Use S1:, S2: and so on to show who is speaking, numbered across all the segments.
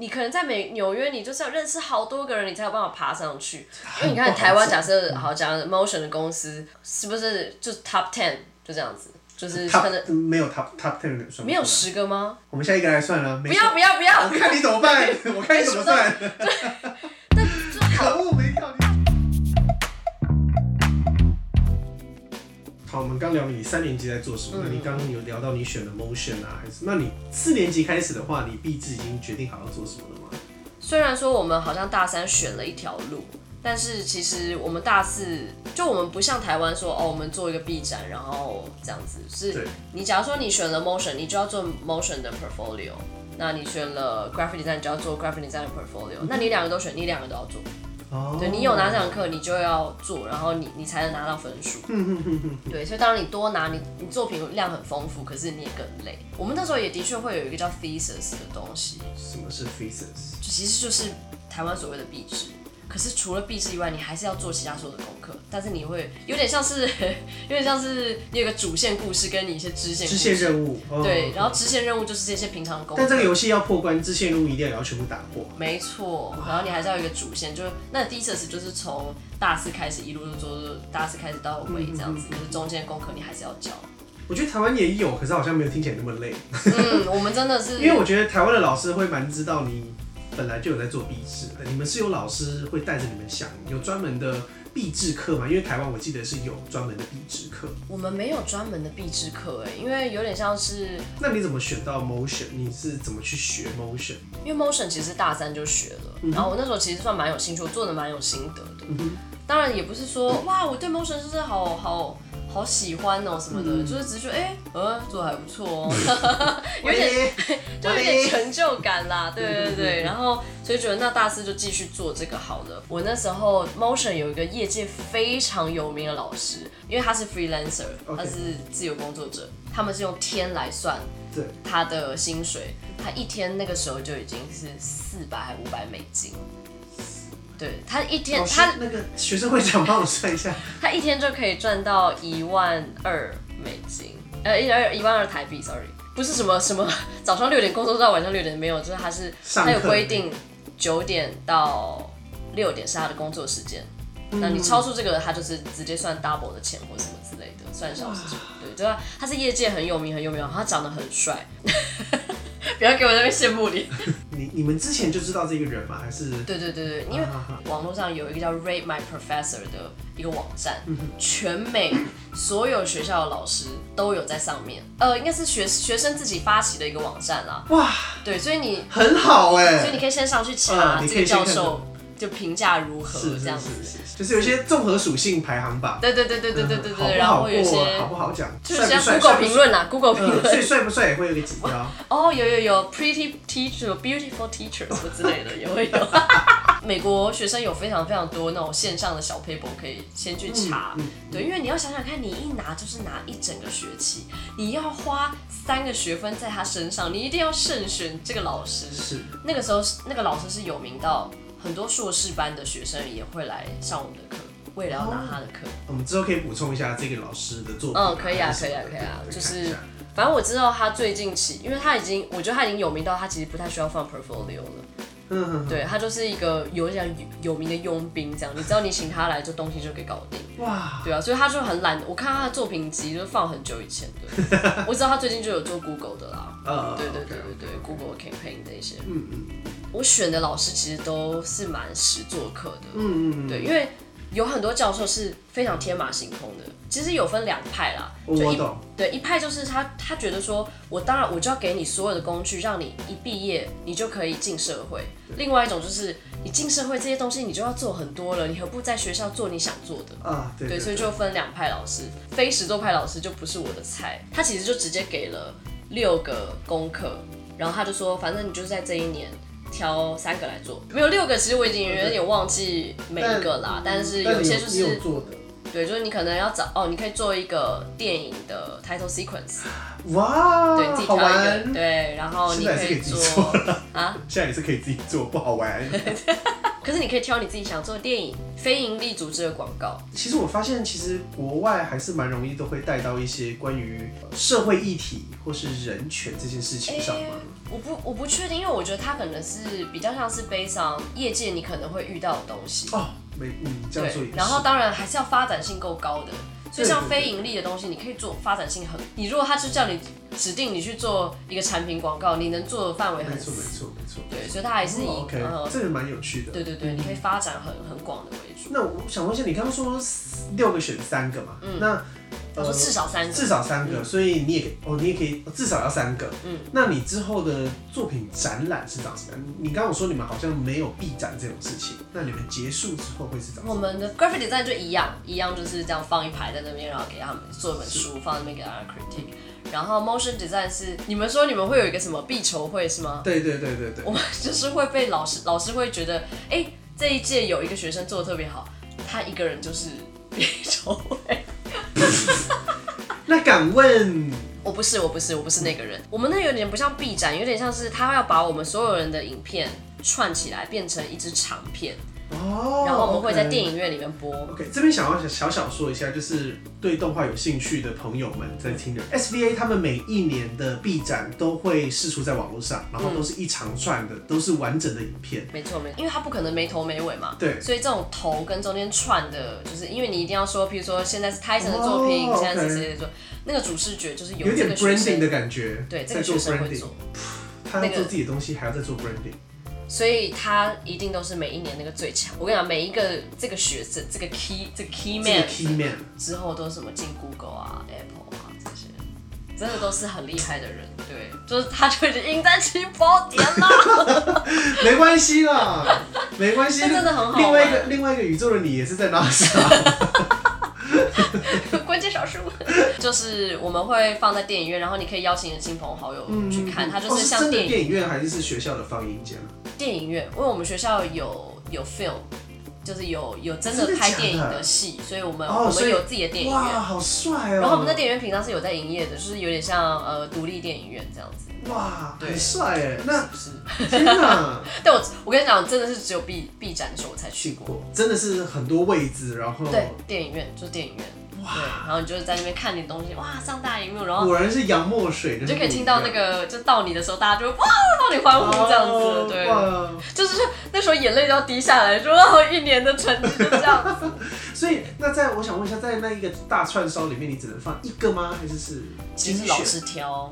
S1: 你可能在美纽约，你就是要认识好多个人，你才有办法爬上去。因为你看台湾，假设好讲 Motion 的公司，是不是就 Top Ten 就这样子？就是可能
S2: top 没有 top top ten 算不出来
S1: 没有，十个吗？
S2: 我们下一个来算了。不
S1: 不要不要不要！
S2: 我 看你怎么办，我看你怎么算。
S1: 但就
S2: 可
S1: 好，
S2: 恶，没跳你。好，我们刚聊你三年级在做什么？那
S1: 嗯
S2: 你刚刚有聊到你选的 motion 啊，还是那你四年级开始的话，你毕制已经决定好要做什么了吗？
S1: 虽然说我们好像大三选了一条路，但是其实我们大四就我们不像台湾说哦，我们做一个 B 展，然后这样子
S2: 对
S1: 是。你假如说你选了 motion，你就要做 motion 的 portfolio。那你选了 graphic design，你就要做 graphic design 的 portfolio。那你两个都选，你两个都要做。
S2: 哦，
S1: 对你有拿这堂课，你就要做，然后你你才能拿到分数。对，所以当然你多拿，你你作品量很丰富，可是你也更累。我们那时候也的确会有一个叫 thesis 的东西，
S2: 什么是 thesis？
S1: 就其实就是台湾所谓的壁纸。可是除了壁纸以外，你还是要做其他所有的功课，但是你会有点像是 有点像是你有个主线故事跟你一些支线故
S2: 支
S1: 事
S2: 线任务。哦
S1: 对，然后支线任务就是这些平常的功
S2: 但这
S1: 课。
S2: 个游戏要破关，支线任务一定要要全部打破。
S1: 没错，然后你还是要有一个主线，就是那 thesis 就是从大四开始一路做，做大四开始到尾这样子，可是中间功课你还是要交。
S2: 我觉得台湾也有，可是好像没有听起来那么累，
S1: 嗯，我们真的是，
S2: 因为我觉得台湾的老师会蛮知道你本来就有在做壁纸的，你们是有老师会带着你们想，有专门的壁纸课吗？因为台湾我记得是有专门的壁纸课，
S1: 我们没有专门的必知课哎，因为有点像是
S2: 那你怎么选到 motion？你是怎么去学 motion？
S1: 因为 motion 其实大三就学了，然后我那时候其实算蛮有兴趣，我做的蛮有心得的。当然也不是说哇，我对 motion 就是好好好喜欢哦、什么的，就是只是觉得哎、呃，做的还不错哦、 有点
S2: 喂
S1: 就有点成就感啦，对对对，然后所以觉得那大四就继续做这个好了。我那时候 Motion 有一个业界非常有名的老师，因为他是 freelancer，他
S2: OK
S1: 是自由工作者，他们是用天来算
S2: 对
S1: 他的薪水，他一天那个时候就已经是四百还五百美金，对他一天
S2: 老师
S1: 他
S2: 那个学生会长帮我算一下，
S1: 他一天就可以赚到一万二美金，呃，一二一万二台币，sorry，不是什么什么早上六点工作到晚上六点没有，就是他是
S2: 上课
S1: 他有规定九点到六点是他的工作时间，那你超出这个，他就是直接算 double 的钱或什么之类的，算小时数，对，对吧？他是业界很有名很有名，然后他长得很帅， 不要给我在那边羡慕你。
S2: 你你们之前就知道这个人吗？还是
S1: 对对对对，因为
S2: 啊啊
S1: 网络上有一个叫 Rate My Professor 的一个网站，全美所有学校的老师都有在上面，呃，应该是学学生自己发起的一个网站啦。
S2: 哇，
S1: 对，所以你
S2: 很好哎、
S1: 所以你可以先上去
S2: 啊
S1: 查
S2: 你
S1: 这
S2: 可以
S1: 个教
S2: 先看看
S1: 授就评价如何
S2: 是是
S1: 这样
S2: 是
S1: 子。
S2: 是是，就是有一些综合属性排行榜。
S1: 对对对对对对对
S2: 好不
S1: 对，
S2: 嗯好
S1: 然后
S2: 过啊
S1: 有一些
S2: 好不好讲，
S1: 就是
S2: 帅不
S1: 像
S2: 帅
S1: Google 评，论啦，Google 啊评
S2: 帅不帅呃，所以
S1: 论
S2: 帅不帅也会有一个指标。
S1: 哦，有有有 Pretty Teacher、Beautiful Teacher 什么之类 的也会有。美国学生有非常非常多那种线上的小 paper 可以先去查，
S2: 嗯嗯
S1: 对，因为你要想想看，你一拿就是拿一整个学期，你要花三个学分在他身上，你一定要慎选这个老师。
S2: 是，
S1: 那个时候是那个老师是有名到很多硕士班的学生也会来上我们的课，为了要拿他的课。
S2: 我们之后可以补充一下这个老师的作品。
S1: 嗯可以啊
S2: 还是什么的
S1: 可以啊可以啊
S2: 对
S1: 就是
S2: 看一下
S1: 反正我知道他最近起，因为他已经，我觉得他已经有名到他其实不太需要放 portfolio 了。
S2: 嗯嗯嗯
S1: 对他就是一个有点像有名的佣兵这样，你知道你请他来，就东西就给搞定，
S2: 哇，
S1: 对啊，所以他就很懒。我看他的作品集就是放很久以前的，我知道他最近就有做 Google 的啦，
S2: 呃，
S1: 对对对
S2: OK，OK
S1: 对对，Google campaign 的一些，
S2: 嗯嗯
S1: 我选的老师其实都是蛮实做课的，
S2: 嗯嗯嗯，
S1: 对，因为有很多教授是非常天马行空的，其实有分两派啦，
S2: 我
S1: 就
S2: 哦我
S1: 一
S2: 懂，
S1: 对，一派就是他，他觉得说，我当然我就要给你所有的工具，让你一毕业你就可以进社会。另外一种就是你进社会这些东西你就要做很多了，你何不在学校做你想做的？
S2: 啊，对
S1: 对，所以就分两派老师，非实作派老师就不是我的菜，他其实就直接给了六个功课，然后他就说，反正你就是在这一年。挑三个来做，没有六个，其实我已经有点忘记每一个啦，但是有些就
S2: 但你你
S1: 是
S2: 有做的，
S1: 对，就是你可能要找哦，你可以做一个电影的 title sequence，
S2: 哇，
S1: 对，你自己
S2: 好
S1: 挑一
S2: 玩
S1: 个，，对，然后你
S2: 现在也是
S1: 可
S2: 可以
S1: 以
S2: 自己
S1: 做
S2: 做
S1: 啊，
S2: 现在也是可以自己做，不好玩。
S1: 可是你可以挑你自己想做的电影，非盈利组织的广告。
S2: 其实我发现，其实国外还是蛮容易都会带到一些关于呃社会议题或是人权这件事情上嘛。
S1: 哎我不我不确定，因为我觉得它可能是比较像是悲伤业界你可能会遇到的东西。
S2: 哦，没，嗯，这样做也
S1: 对
S2: 是。，
S1: 然后当然还是要发展性够高的。所以
S2: 对
S1: 像
S2: 对对
S1: 非盈利的东西，你可以做发展性很。你如果他就叫你指定你去做一个产品广告，你能做的范围
S2: 没
S1: 很
S2: 错，没错，没错。
S1: 对，所以它还是以、
S2: 哦 OK，、
S1: 呃，
S2: 这个蛮有趣的。
S1: 对对对，你可以发展很很广的为主。
S2: 那我想问一下，你刚刚说六个选三个嘛？那
S1: 嗯
S2: 呃
S1: 我嗯说至少三个，
S2: 至少三个，所以你也可以哦，你也可以哦至少要三个。嗯，那你之后的作品展览是长什么样？你刚刚有说你们好像没有闭展这种事情，那你们结束之后会是长什
S1: 我
S2: 么？
S1: 们的 graphic design 就一样，一样就是这样放一排在那边，然后给他们做一本书，放在那边给大家 critique。然后 motion design 是你们说你们会有一个什么必筹会是吗？
S2: 对对对对对
S1: 我，们就是会被老师老师会觉得，哎、这一届有一个学生做的特别好，他一个人就是必筹会。
S2: 那敢问，
S1: 我不是，我不是，我不是那个人。我们那有点不像 B 展，有点像是他要把我们所有人的影片串起来，变成一支长片，
S2: 哦，
S1: 然后我们会在
S2: OK
S1: 电影院里面播。
S2: OK，这边想要小小说一下，就是对动画有兴趣的朋友们在听的，SVA 他们每一年的 B 展都会释出在网络上，然后都是一长串的，都是完整的影片。
S1: 没错，没错，因为它不可能没头没尾嘛。
S2: 对
S1: 所以这种头跟中间串的，就是因为你一定要说，譬如说现在是 Tyson 的作品，
S2: 哦
S1: 现在
S2: OK
S1: 是谁的作，那个主视觉就是有
S2: 有
S1: 这
S2: 点
S1: 个学
S2: branding
S1: 生，
S2: 的感觉，
S1: 对，这
S2: 在
S1: 个学
S2: 做
S1: 生会
S2: branding，
S1: 做，
S2: 他要
S1: 那
S2: 做
S1: 个
S2: 自己的东西，还要再做 branding。
S1: 所以他一定都是每一年那个最强。我跟你讲，每一个这个学生，这个 key 这个 key
S2: 这
S1: man
S2: 个 key man，
S1: 之后都是什么进 Google 啊、Apple 啊这些，真的都是很厉害的人。对，就是他就已经赢在起跑点了。
S2: 没关系 啦，没关系。
S1: 这真的很好玩
S2: 另外一个另外一个宇宙的你也是在拉萨，
S1: 关键少数，就是我们会放在电影院，然后你可以邀请你的亲朋好友 去看，它就
S2: 哦
S1: 是
S2: 是
S1: 像
S2: 真的
S1: 电影
S2: 电影院还是是学校的放映间啊？
S1: 电影院，因为我们学校有有 film，就是有有真的
S2: 真的
S1: 拍
S2: 假的
S1: 电影的戏，所以我们
S2: 哦
S1: 我
S2: 所
S1: 们
S2: 以
S1: 有自己的电影
S2: 哇，
S1: 院。
S2: 好帅哦！
S1: 然后我们的电影院平常是有在营业的，就是有点像呃独立电影院这样子，
S2: 哇，
S1: 对
S2: 很帅哎！那
S1: 不是？
S2: 天哪，
S1: 但我我跟你讲，真的是只有 B B 展的时候我才去
S2: 去
S1: 过。
S2: 过，真的是很多位置，然后
S1: 对，电影院就是电影院，对，然后你就是在那边看你的东西，哇，上大荧幕，然后
S2: 果然是洋墨水的，
S1: 你就可以听到那个，就到你的时候，大家就会哇帮你欢呼这样
S2: 嗯哦
S1: 子，对，
S2: 哇
S1: 就是那时候眼泪都要滴下来，说哦一年的成绩就这样子，
S2: 所以那在我想问一下，在那一个大串烧里面，你只能放一个吗？还是是
S1: 其实
S2: 精
S1: 老
S2: 选
S1: 师挑，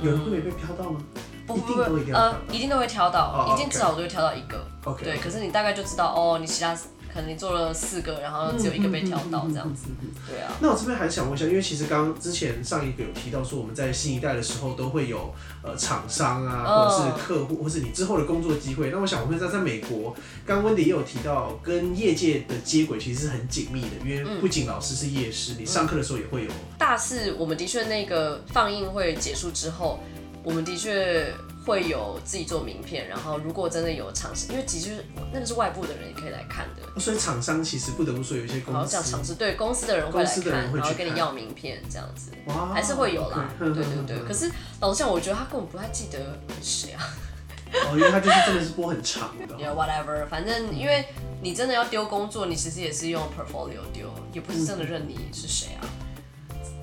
S2: 有人会没被飘到吗？
S1: 不
S2: 一
S1: 不
S2: 定
S1: 不
S2: 都一定，要挑
S1: 呃，一定都会挑
S2: 哦
S1: 到，
S2: 哦
S1: 一定至少我都会挑到一个，
S2: OK
S1: 对，可是你大概就知道哦，你其他可能你做了四个，然后只有一个被挑到这样子，
S2: 嗯。嗯嗯嗯嗯嗯
S1: 对啊，
S2: 那我这边还想问一下，因为其实刚刚之前上一个有提到说，我们在新一代的时候都会有呃厂商啊，
S1: 嗯
S2: 或者是客户，或是你之后的工作机会。那我想问一下，在美国，刚刚温迪也有提到，跟业界的接轨其实是很紧密的，因
S1: 嗯
S2: 为不仅老师是夜师，你上课的时候也会有。
S1: 大四我们的确那个放映会结束之后，我们的确会有自己做名片，然后如果真的有尝试，因为其实那个是外部的人也可以来看的。
S2: 哦所以厂商其实不得不说，有一些
S1: 好
S2: 公
S1: 像讲
S2: 司
S1: 尝试，对公司的人会来
S2: 公司的人
S1: 看，
S2: 会去
S1: 然后跟你
S2: 看
S1: 要名片这样子，
S2: 哇
S1: 还是会有啦。
S2: OK，
S1: 对
S2: 哼
S1: 对
S2: 哼
S1: 对，
S2: 哼
S1: 可是老实讲，我觉得他根本不太记得是谁啊，
S2: 哦，因为它就是真的是播很长的。
S1: y e whatever，反正因为你真的要丢工作，你其实也是用 portfolio 丢，也不是真
S2: 嗯
S1: 的认你是谁啊。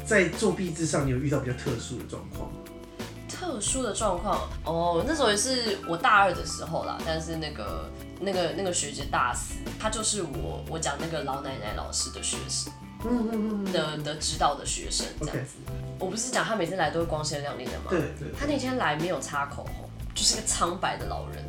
S2: 在做壁纸上，你有遇到比较特殊的状况吗？
S1: 特殊的状况哦，那时候也是我大二的时候啦，但是那个那个那个学姐大四，她就是我我讲那个老奶奶老师的学生
S2: 嗯嗯嗯
S1: 的的指导的学生这样子。我不是讲她每次来都会光鲜亮丽的吗？
S2: 对对，
S1: 他那天来没有擦口红，就是个苍白的老人，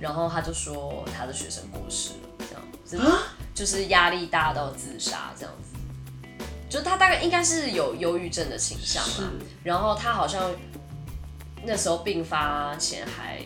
S1: 然后他就说他的学生过世了，这样子，就是压力大到自杀这样子。就他大概应该是有忧郁症的倾向
S2: 是
S1: 啦，然后他好像那时候病发前还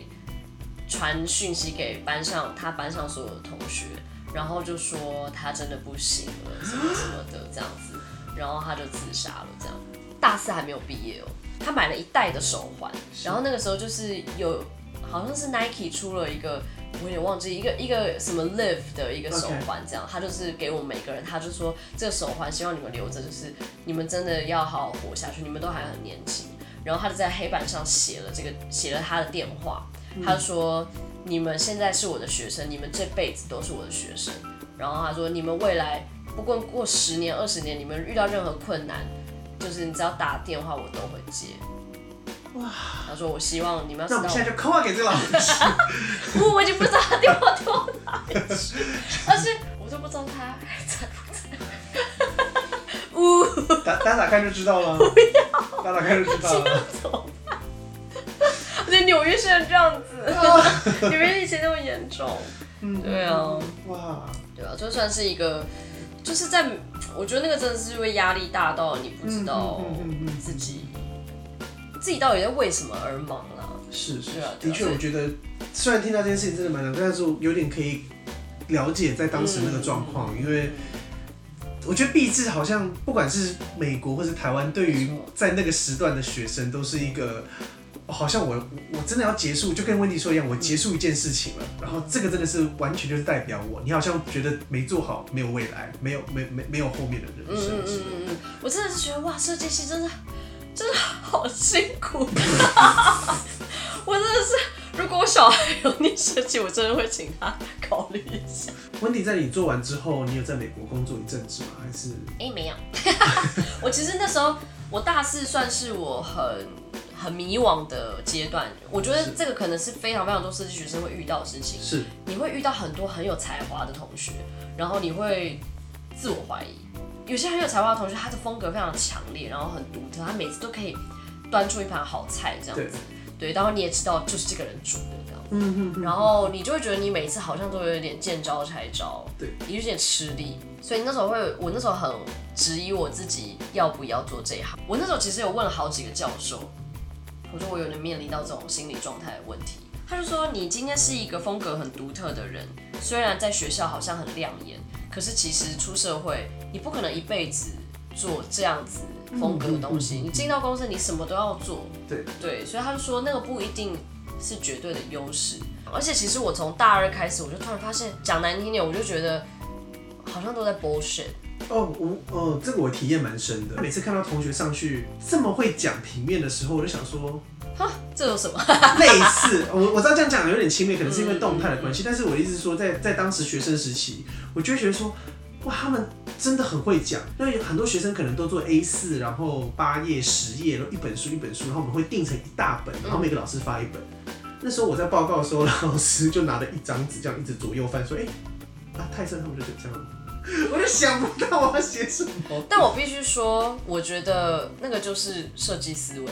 S1: 传讯息给班上他班上所有的同学，然后就说他真的不行了，什么什么的这样子，然后他就自杀了这样。大四还没有毕业哦，他买了一袋的手环，然后那个时候就是有好像是 Nike 出了一个。我有点忘记一个一个什么 Live 的一个手环，这样他就是给我们每个人，他就说这个手环希望你们留着，就是你们真的要好好活下去，你们都还很年轻。然后他就在黑板上写了这个，写了他的电话，他就说你们现在是我的学生，你们这辈子都是我的学生。然后他说，你们未来不过过十年、二十年，你们遇到任何困难，就是你只要打电话，我都会接。
S2: 哇！
S1: 他说，我希望你们要
S2: 那我
S1: 知
S2: 们
S1: 道
S2: 现在就 call 给这个老师，
S1: 我，我已经 不知道他电 话丢哪里去，而是我都不知道 他还在不在。呜，
S2: 打打打开就知 道了。打打开就知道了。
S1: 我觉得纽约现在这样子，纽约疫情那么严重，
S2: 嗯
S1: 对啊。
S2: 哇，
S1: 对啊，就算是一个，就是在我觉得那个真的是因为压力大到你不知道
S2: 嗯嗯嗯嗯嗯
S1: 自己自己到底在为什么而忙啦、
S2: 是是
S1: 对啊，对
S2: 的
S1: 啊
S2: 确，
S1: 所以
S2: 我觉得虽然听到这件事情真的蛮难，但是我有点可以了解在当时那个状况，
S1: 嗯
S2: 因为我觉得毕制好像不管是美国或是台湾，对
S1: 没
S2: 于
S1: 错
S2: 在那个时段的学生都是一个。哦好像我我我真的要结束，就跟温迪说一样，我结束一件事情了。
S1: 嗯
S2: 然后这个真的是完全就是代表我，你好像觉得没做好，没有未来，没有没没没有后面的人
S1: 嗯
S2: 生
S1: 嗯
S2: 之
S1: 嗯
S2: 类的。
S1: 嗯嗯，我真的是觉得哇，设计系真的真的好辛苦， 我真的是，如果我小孩有念设计，我真的会请他考虑一下。
S2: 温迪在你做完之后，你有在美国工作一阵子吗？还是
S1: 哎、没有， 我其实那时候我大四算是我很很迷惘的阶段，我觉得
S2: 是
S1: 这个可能是非常非常多设计学生会遇到的事情。
S2: 是
S1: 你会遇到很多很有才华的同学，然后你会自我怀疑。有些很有才华的同学，他的风格非常强烈，然后很独特，他每次都可以端出一盘好菜这样
S2: 对
S1: 子。对，然后你也知道就是这个人煮的这样子，
S2: 嗯嗯
S1: 然后你就会觉得你每次好像都有点见招拆招，
S2: 对，
S1: 你有点吃力。所以那时候会，我那时候很质疑我自己要不要做这一行。我那时候其实有问了好几个教授，我说我有点面临到这种心理状态的问题。他就说你今天是一个风格很独特的人，虽然在学校好像很亮眼，可是其实出社会你不可能一辈子做这样子风格的东西。
S2: 嗯嗯嗯嗯
S1: 你进到公司，你什么都要做，
S2: 对
S1: 对，所以他就说那个不一定是绝对的优势。而且其实我从大二开始，我就突然发现，讲难听点，我就觉得好像都在 bullshit。
S2: 哦，我哦，这个我体验蛮深的。每次看到同学上去这么会讲平面的时候，我就想说，
S1: 哈，这有什么？
S2: 类似我我知道这样讲有点轻蔑，可能是因为动态的关系，但是我的意思是说，在在当时学生时期，我就会觉得说，哇，他们真的很会讲。那有很多学生可能都做 A 四，然后八页、十页，然后一本书一本书，然后我们会定成一大本，然后每个老师发一本。那时候我在报告的时候，老师就拿着一张纸这样一直左右翻，说，哎、啊，泰森他们就这样。 我就想不到我要写什么，
S1: 但我必须说，我觉得那个就是设计思维。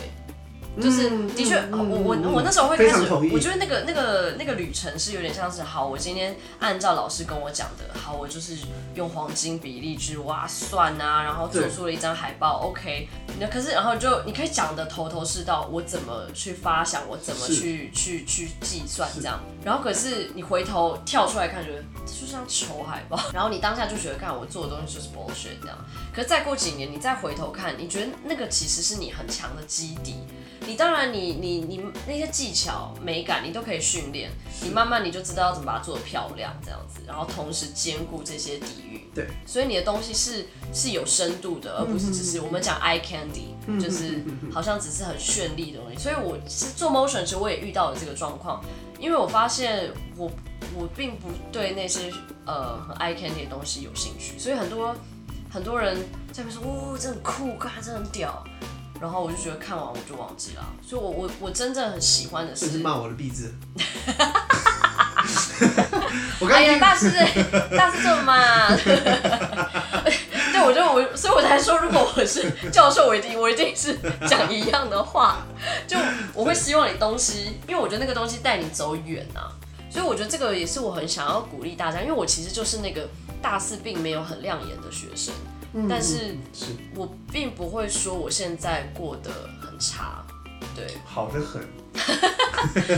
S1: 就是
S2: 嗯
S1: 的确，
S2: 嗯
S1: 我
S2: 嗯
S1: 我
S2: 嗯
S1: 我那时候会
S2: 非
S1: 开始
S2: 常同，意
S1: 我觉得那个那个那个旅程是有点像是，好，我今天按照老师跟我讲的，好，我就是用黄金比例去挖算啊，然后做
S2: 对
S1: 出了一张海报，OK，那可是然后就你可以讲的头头是道，我怎么去发想，我怎么
S2: 是
S1: 去去去计算
S2: 是
S1: 这样，然后可是你回头跳出来看，觉得这就像丑海报， 然后你当下就觉得，看我做的东西就是 bullshit 这样，可是再过几年，你再回头看，你觉得那个其实是你很强的基底。你当然你，你你那些技巧、美感，你都可以训练。你慢慢你就知道要怎么把它做得漂亮，这样子，然后同时兼顾这些底蕴。
S2: 对，
S1: 所以你的东西是是有深度的，而
S2: 嗯
S1: 不是只是我们讲 eye candy，、就是好像只是很绚丽的东西。所以我其实做 motion 时我也遇到了这个状况，因为我发现我我并不对那些呃很 eye candy 的东西有兴趣，所以很多很多人在那边说，哇、这很酷，干，这很屌。然后我就觉得看完我就忘记了，所以我我我真正很喜欢的
S2: 这是
S1: 是
S2: 骂我的 壁纸。我刚
S1: 哎呀，
S2: 刚
S1: 大 师，大师这么嘛？ 对，我就我，所以我才说，如果我是教授，我一定我一定是讲一样的话，就我会希望你东西，因为我觉得那个东西带你走远啊，所以我觉得这个也是我很想要鼓励大家，因为我其实就是那个大四并没有很亮眼的学生，但是
S2: 嗯是
S1: 我并不会说我现在过得很差，对，
S2: 好的很，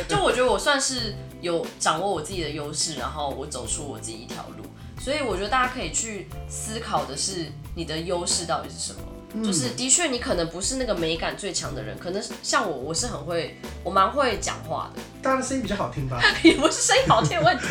S1: 就我觉得我算是有掌握我自己的优势，然后我走出我自己一条路，所以我觉得大家可以去思考的是你的优势到底是什么。
S2: 嗯
S1: 就是的确，你可能不是那个美感最强的人，可能像我，我是很会，我蛮会讲话的，
S2: 大家的声音比较好听吧？
S1: 也不是声音好听的问题，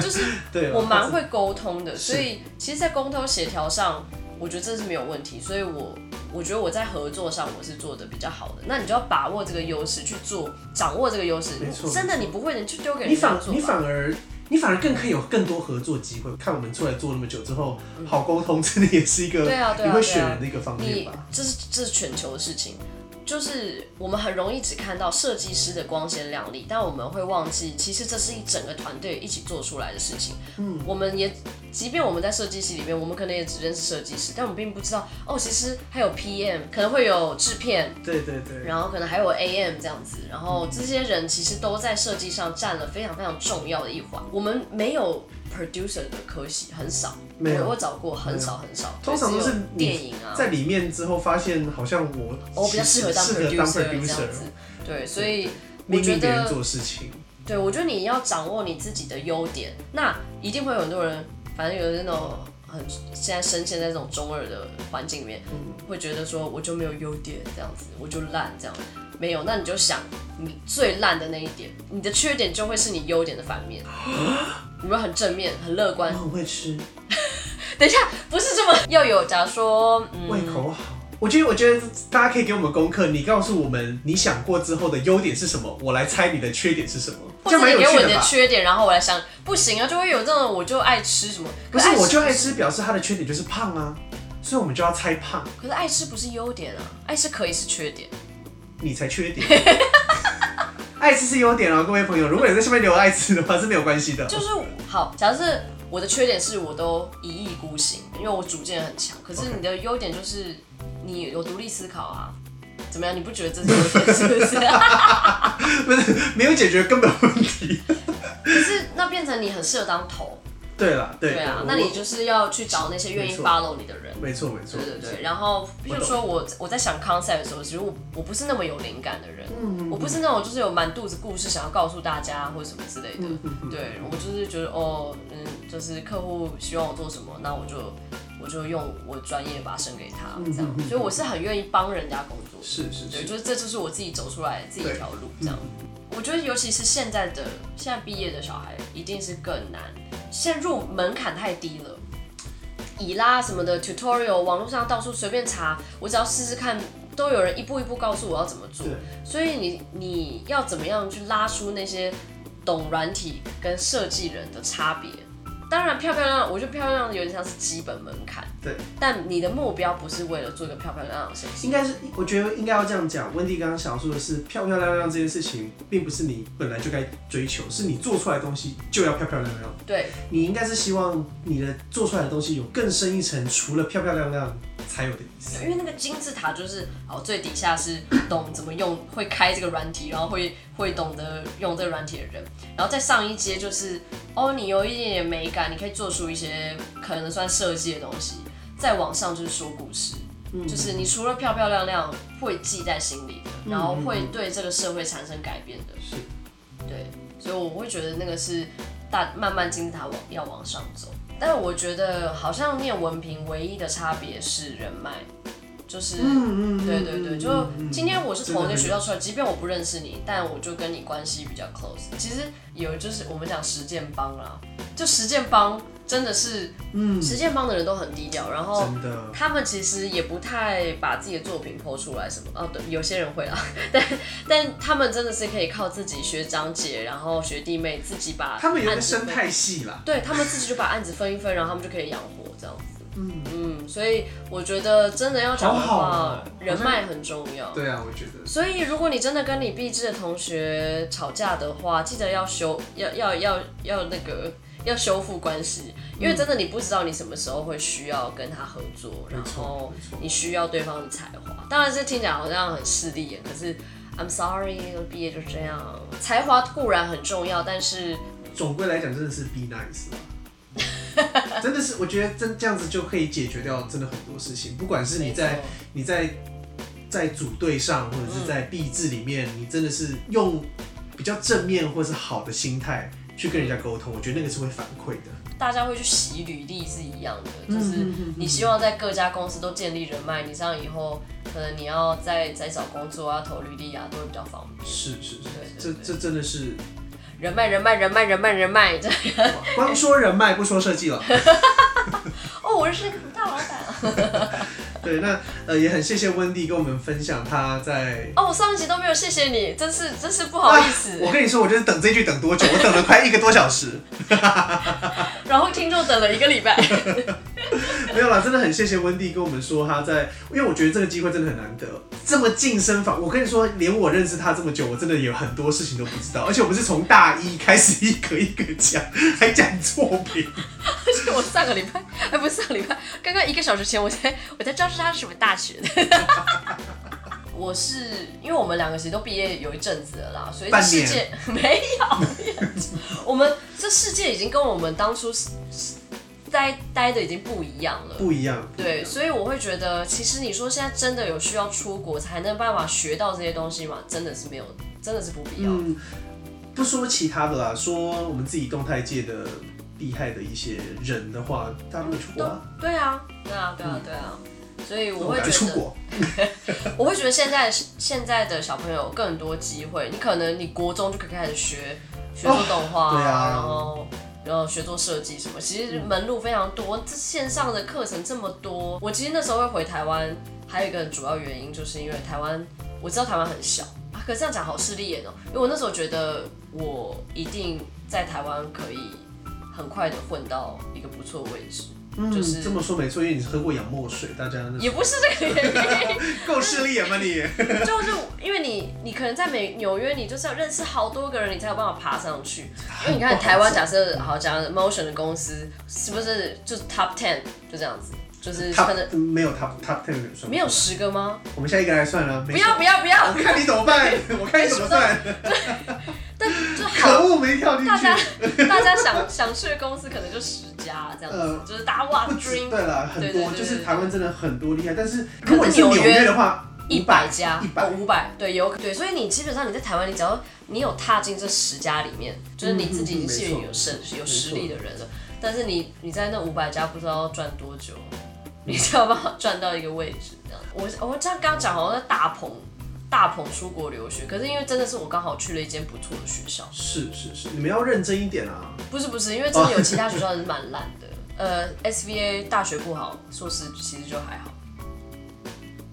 S1: 就是
S2: 对，啊
S1: 我蛮
S2: 会
S1: 会沟通的，所以其实，在沟通协调上，我觉得这是没有问题。所以我我觉得我在合作上我是做的比较好的，那你就要把握这个优势去做，掌握这个优势。
S2: 没错
S1: 真的你不会的，你就丢给
S2: 你
S1: 人家
S2: 反
S1: 做吧。
S2: 你反而你反而更可以有更多合作机会。看我们出来做那么久之后，好沟通 真的也是一个
S1: 嗯对啊对啊
S2: 你会选人的一个方面
S1: 你
S2: 吧。
S1: 这是这是全球的事情，就是我们很容易只看到设计师的光鲜亮丽，但我们会忘记，其实这是一整个团队一起做出来的事情。嗯，我们也，即便我们在设计系里面，我们可能也只认识设计师，但我们并不知道哦，其实还有 PM，可能会有制片，
S2: 对对对，
S1: 然后可能还有 AM 这样子，然后这些人其实都在设计上占了非常非常重要的一环。我们没有 producer 的科系，很少，
S2: 没有
S1: 我我找过，很少很少，
S2: 通常都
S1: 对只
S2: 是
S1: 有
S2: 你
S1: 电影啊，
S2: 在里面之后发现好像我
S1: 我哦比较适
S2: 其实
S1: 合当
S2: 适合当
S1: producer 这样
S2: producer，
S1: 子。对，所以我
S2: 命
S1: 觉
S2: 令别人
S1: 得，
S2: 做事情。
S1: 对我觉得你要掌握你自己的优点，那一定会有很多人，反正有那种很现在深陷在这种中二的环境里面，
S2: 嗯
S1: 会觉得说我就没有优点这样子，我就烂这样。没有，那你就想你最烂的那一点，你的缺点就会是你优点的反 面。有没有很正面、很乐观
S2: 哦我？很会吃，
S1: 等一下，不是这么要有。假如说，嗯，
S2: 胃口好。我觉得，我觉得大家可以给我们功课，你告诉我们你想过之后的优点是什么，我来猜你的缺点是什么，
S1: 或
S2: 这
S1: 者
S2: 样蛮
S1: 你
S2: 有
S1: 给我
S2: 趣
S1: 你的
S2: 吧？
S1: 缺点，然后我来想，不行啊，就会有这种我就爱吃什么，
S2: 不
S1: 可
S2: 是，我
S1: 吃
S2: 就爱吃，表示他的缺点就是胖啊，所以我们就要猜胖，
S1: 可是爱吃不是优点啊，爱吃可以是缺点。
S2: 你才缺点。 爱吃是优点哦，各位朋友，如果你在下面留爱吃的话是没有关系的。
S1: 就是好，假设我的缺点是我都一意孤行，因为我主见很强。可是你的优点就是你有独立思考啊，怎么样？你不觉得这是优点是 不是？
S2: 不是没有解决根本问题。
S1: 可是那变成你很适合当头，
S2: 对了，对
S1: 对啊
S2: 我，
S1: 那你就是要去找那些愿意
S2: 没错
S1: follow 你的人。
S2: 没错没错，
S1: 对对
S2: 没错
S1: 对，然后比如说我我在想 concept 的时候，其实我我不是那么有灵感的人，我不是那种就是有满肚子故事想要告诉大家或者什么之类的，对我就是觉得哦，嗯，就是客户希望我做什么，那我就我就用我专业把它生给他这样，所以我是很愿意帮人家工作的，
S2: 是是
S1: 对，
S2: 是，
S1: 就是这就是我自己走出来自己一条路这样。我觉得尤其是现在的现在毕业的小孩，一定是更难，现在入门槛太低了。以拉什么的 tutorial，网络上到处随便查，我只要试试看，都有人一步一步告诉我要怎么做
S2: 对。
S1: 所以你你要怎么样去拉出那些懂软体跟设计人的差别？当然漂漂亮亮，我觉得漂漂亮亮有点像是基本门槛，
S2: 对。
S1: 但你的目标不是为了做一个漂漂亮亮的设计师。
S2: 应该是，我觉得应该要这样讲。温蒂刚刚想说的是，漂漂亮亮这件事情，并不是你本来就该追求，是你做出来的东西就要漂漂亮亮。
S1: 对，
S2: 你应该是希望你的做出来的东西有更深一层，除了漂漂亮亮才有的意思。
S1: 因为那个金字塔就是哦，最底下是懂怎么用，会开这个软体，然后会会懂得用这个软体的人，然后再上一阶就是哦，你有一点点美感，你可以做出一些可能算设计的东西，再往上就是说故事，就是你除了漂漂亮亮会记在心里的，然后会对这个社会产生改变的，
S2: 是，
S1: 对，所以我会觉得那个是大慢慢金字塔往要往上走。但我觉得好像念文凭唯一的差别是人脉，就是、
S2: 嗯嗯
S1: 对对对，就今天我是同一个学
S2: 校，
S1: 校出来，即便我不认识你，但我就跟你关系比较 close。其实有就是我们讲实践帮啦，就实践帮真的是，嗯，实践帮的人都很低调，然后
S2: 真的
S1: 他们其实也不太把自己的作品剖出来什么哦，对，有些人会啊， 但但他们真的是可以靠自己学长姐，然后学弟妹自己把
S2: 他们有一
S1: 案
S2: 个
S1: 子
S2: 生
S1: 分
S2: 态系啦。
S1: 对他们自己就把案子分一分，然后他们就可以养活这样子。嗯嗯，所以我觉得真的要讲的话，
S2: 好好哦
S1: 人脉很重要。
S2: 对啊，我觉得
S1: 所以如果你真的跟你毕制的同学吵架的话，记得要修，要要要要那个。要修复关系，因为真的你不知道你什么时候会需要跟他合作，然后
S2: 没错
S1: 你需要对方的才华。当然，这听起来好像很势利眼，可是嗯 I'm sorry，毕业就这样。才华固然很重要，但是
S2: 总归来讲真的是 be nice 啦。真的是，我觉得真这样子就可以解决掉真的很多事情，不管是你在
S1: 没错
S2: 你在在组队上，或者是在币制里面，你真的是用比较正面或是好的心态去跟人家沟通，我觉得那个是会反馈的。
S1: 大家会去洗履历是一样的，就是你希望在各家公司都建立人脉，你这样以后可能你要再再找工作啊、投履历啊，都会比较方便。
S2: 是是是，
S1: 对对
S2: 这这真的是
S1: 人脉，人脉，人脉，人脉，人脉，这样
S2: 哇光说人脉不说设计了。
S1: 哦，我是个大老板啊。
S2: 对，那呃也很谢谢温蒂跟我们分享她在啊
S1: 哦，我上一集都没有谢谢你，真是真是不好意思。
S2: 我跟你说，我就是等这句等多久，我等了快一个多小时。
S1: 然后听众等了一个礼拜，
S2: 没有啦，真的很谢谢温蒂跟我们说他在，因为我觉得这个机会真的很难得，这么近身访。我跟你说，连我认识他这么久，我真的有很多事情都不知道，而且我们是从大一开始一个一个讲，还讲作品。
S1: 而且 我上个礼拜，哎，不是上个礼拜，刚刚一个小时前我才我才知道是他是什么大学的。 我是因为我们两个其实都毕业有一阵子了啦，所以这
S2: 半
S1: 世
S2: 年
S1: 界 没有，我们这世界已经跟我们当初是是待待的已经不一样了。
S2: 不一样，
S1: 对，所以我会觉得，其实你说现在真的有需要出国才能办法学到这些东西吗？真的是没有，真的是不必要。
S2: 嗯，不说其他的啦，说我们自己动态界的厉害的一些人的话，大家都没出国、
S1: 都
S2: 啊，
S1: 对啊，对啊，对啊，对啊。所以我
S2: 我
S1: 会
S2: 赶快
S1: 觉
S2: 出
S1: 得，
S2: 国。
S1: 我会觉得现在现在的小朋友更多机会，你可能你国中就可以开始学学做动画、
S2: 对啊
S1: 然后然后学做设计什么，其实门路非常多。这线上的课程这么多，我其实那时候会回台湾，还有一个很主要原因就是因为台湾，我知道台湾很小啊，可是这样讲好势利眼哦、因为我那时候觉得我一定在台湾可以很快的混到一个不错的位置。就是
S2: 嗯，这么说没错，因为你是喝过洋墨水，大家那
S1: 也不是这个原因，
S2: 够势利眼吗你？
S1: 就是因为你，你可能在美纽约，你就是要认识好多个人，你才有办法爬上去。因为你看台湾，假设好讲 Motion 的公司，是不是就是 Top Ten 就这样子，就是可能
S2: top 没有 top top ten 没有算，
S1: 没有十个吗？
S2: 我们下一个来算了，不
S1: 不要不要不要
S2: 我！看你怎么 办，我看你怎么算，
S1: 但就
S2: 可
S1: 好，
S2: 恶没跳进
S1: 大家
S2: 去。
S1: 大家想想去的公司可能就十家这样子
S2: 呃，
S1: 就是大家哇
S2: 不止
S1: dream
S2: 对了，很
S1: 对对
S2: 多
S1: 对
S2: 就是
S1: 对
S2: 台湾真的很多厉害，但是
S1: 可是
S2: 如果你是
S1: 纽
S2: 纽
S1: 约
S2: 约的话，
S1: 一百家，
S2: 一百
S1: 五百，对，有对，所以你基本上你在台湾，你只要你有踏进这十家里面，就是你自己已经是
S2: 嗯嗯嗯没错
S1: 有实有实力的人了，但是你你在那五百家不知道要赚多久，你才有办法赚到一个位置这样。我我这样刚刚讲好像在大鹏大鹏出国留学，可是因为真的是我刚好去了一间不错的学校，
S2: 是是是，你们要认真一点啊。
S1: 不是不是，因为真的有其他学校是蛮烂的，呃，SVA 大学不好，硕士其实就还好，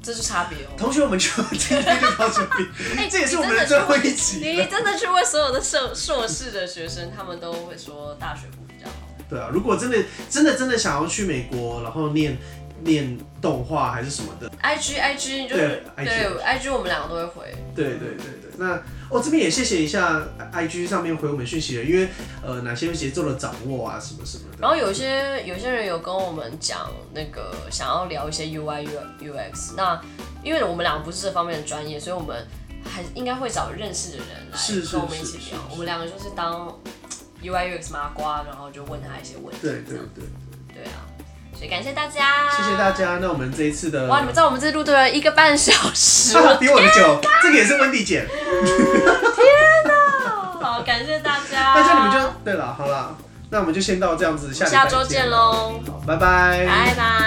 S1: 这是差别哦。
S2: 同学，我们就今天就到这 里，这也是我们的最后一集
S1: 你
S2: 了。
S1: 真的去问所有的硕硕士的学生，他们都会说大学部比较好。
S2: 对啊，如果真的真的真的想要去美国，然后念念动画还是什么的，
S1: I G I G 你就
S2: 对
S1: 对
S2: IG
S1: I G 我们两个都会回，
S2: 对对对对，那哦这边也谢谢一下 IG 上面回我们讯息的，因为呃哪些节奏的掌握啊什么什么的。
S1: 然后有一些有些人有跟我们讲那个想要聊一些 U I U U X，那因为我们两个不是这方面的专业，所以我们还应该会找认识的人来
S2: 是是
S1: 跟我们一
S2: 是
S1: 起
S2: 是
S1: 聊
S2: 是。
S1: 我们两个就是当 U I U X 麻瓜，然后就问他一些问题，
S2: 对
S1: 这
S2: 对
S1: 样
S2: 对，
S1: 对啊，所以感谢大家，
S2: 谢谢大。家。那我们这一次的
S1: 啊哇，你们知道我们这录对了一个半小时， 哦
S2: 啊比我的久，这个也是温蒂姐。
S1: 好，感谢大家，
S2: 那这样你们就对了，好了，那我们就先到这样子，下
S1: 啊下
S2: 礼拜
S1: 周见，喽，
S2: 好，拜拜，
S1: 拜拜。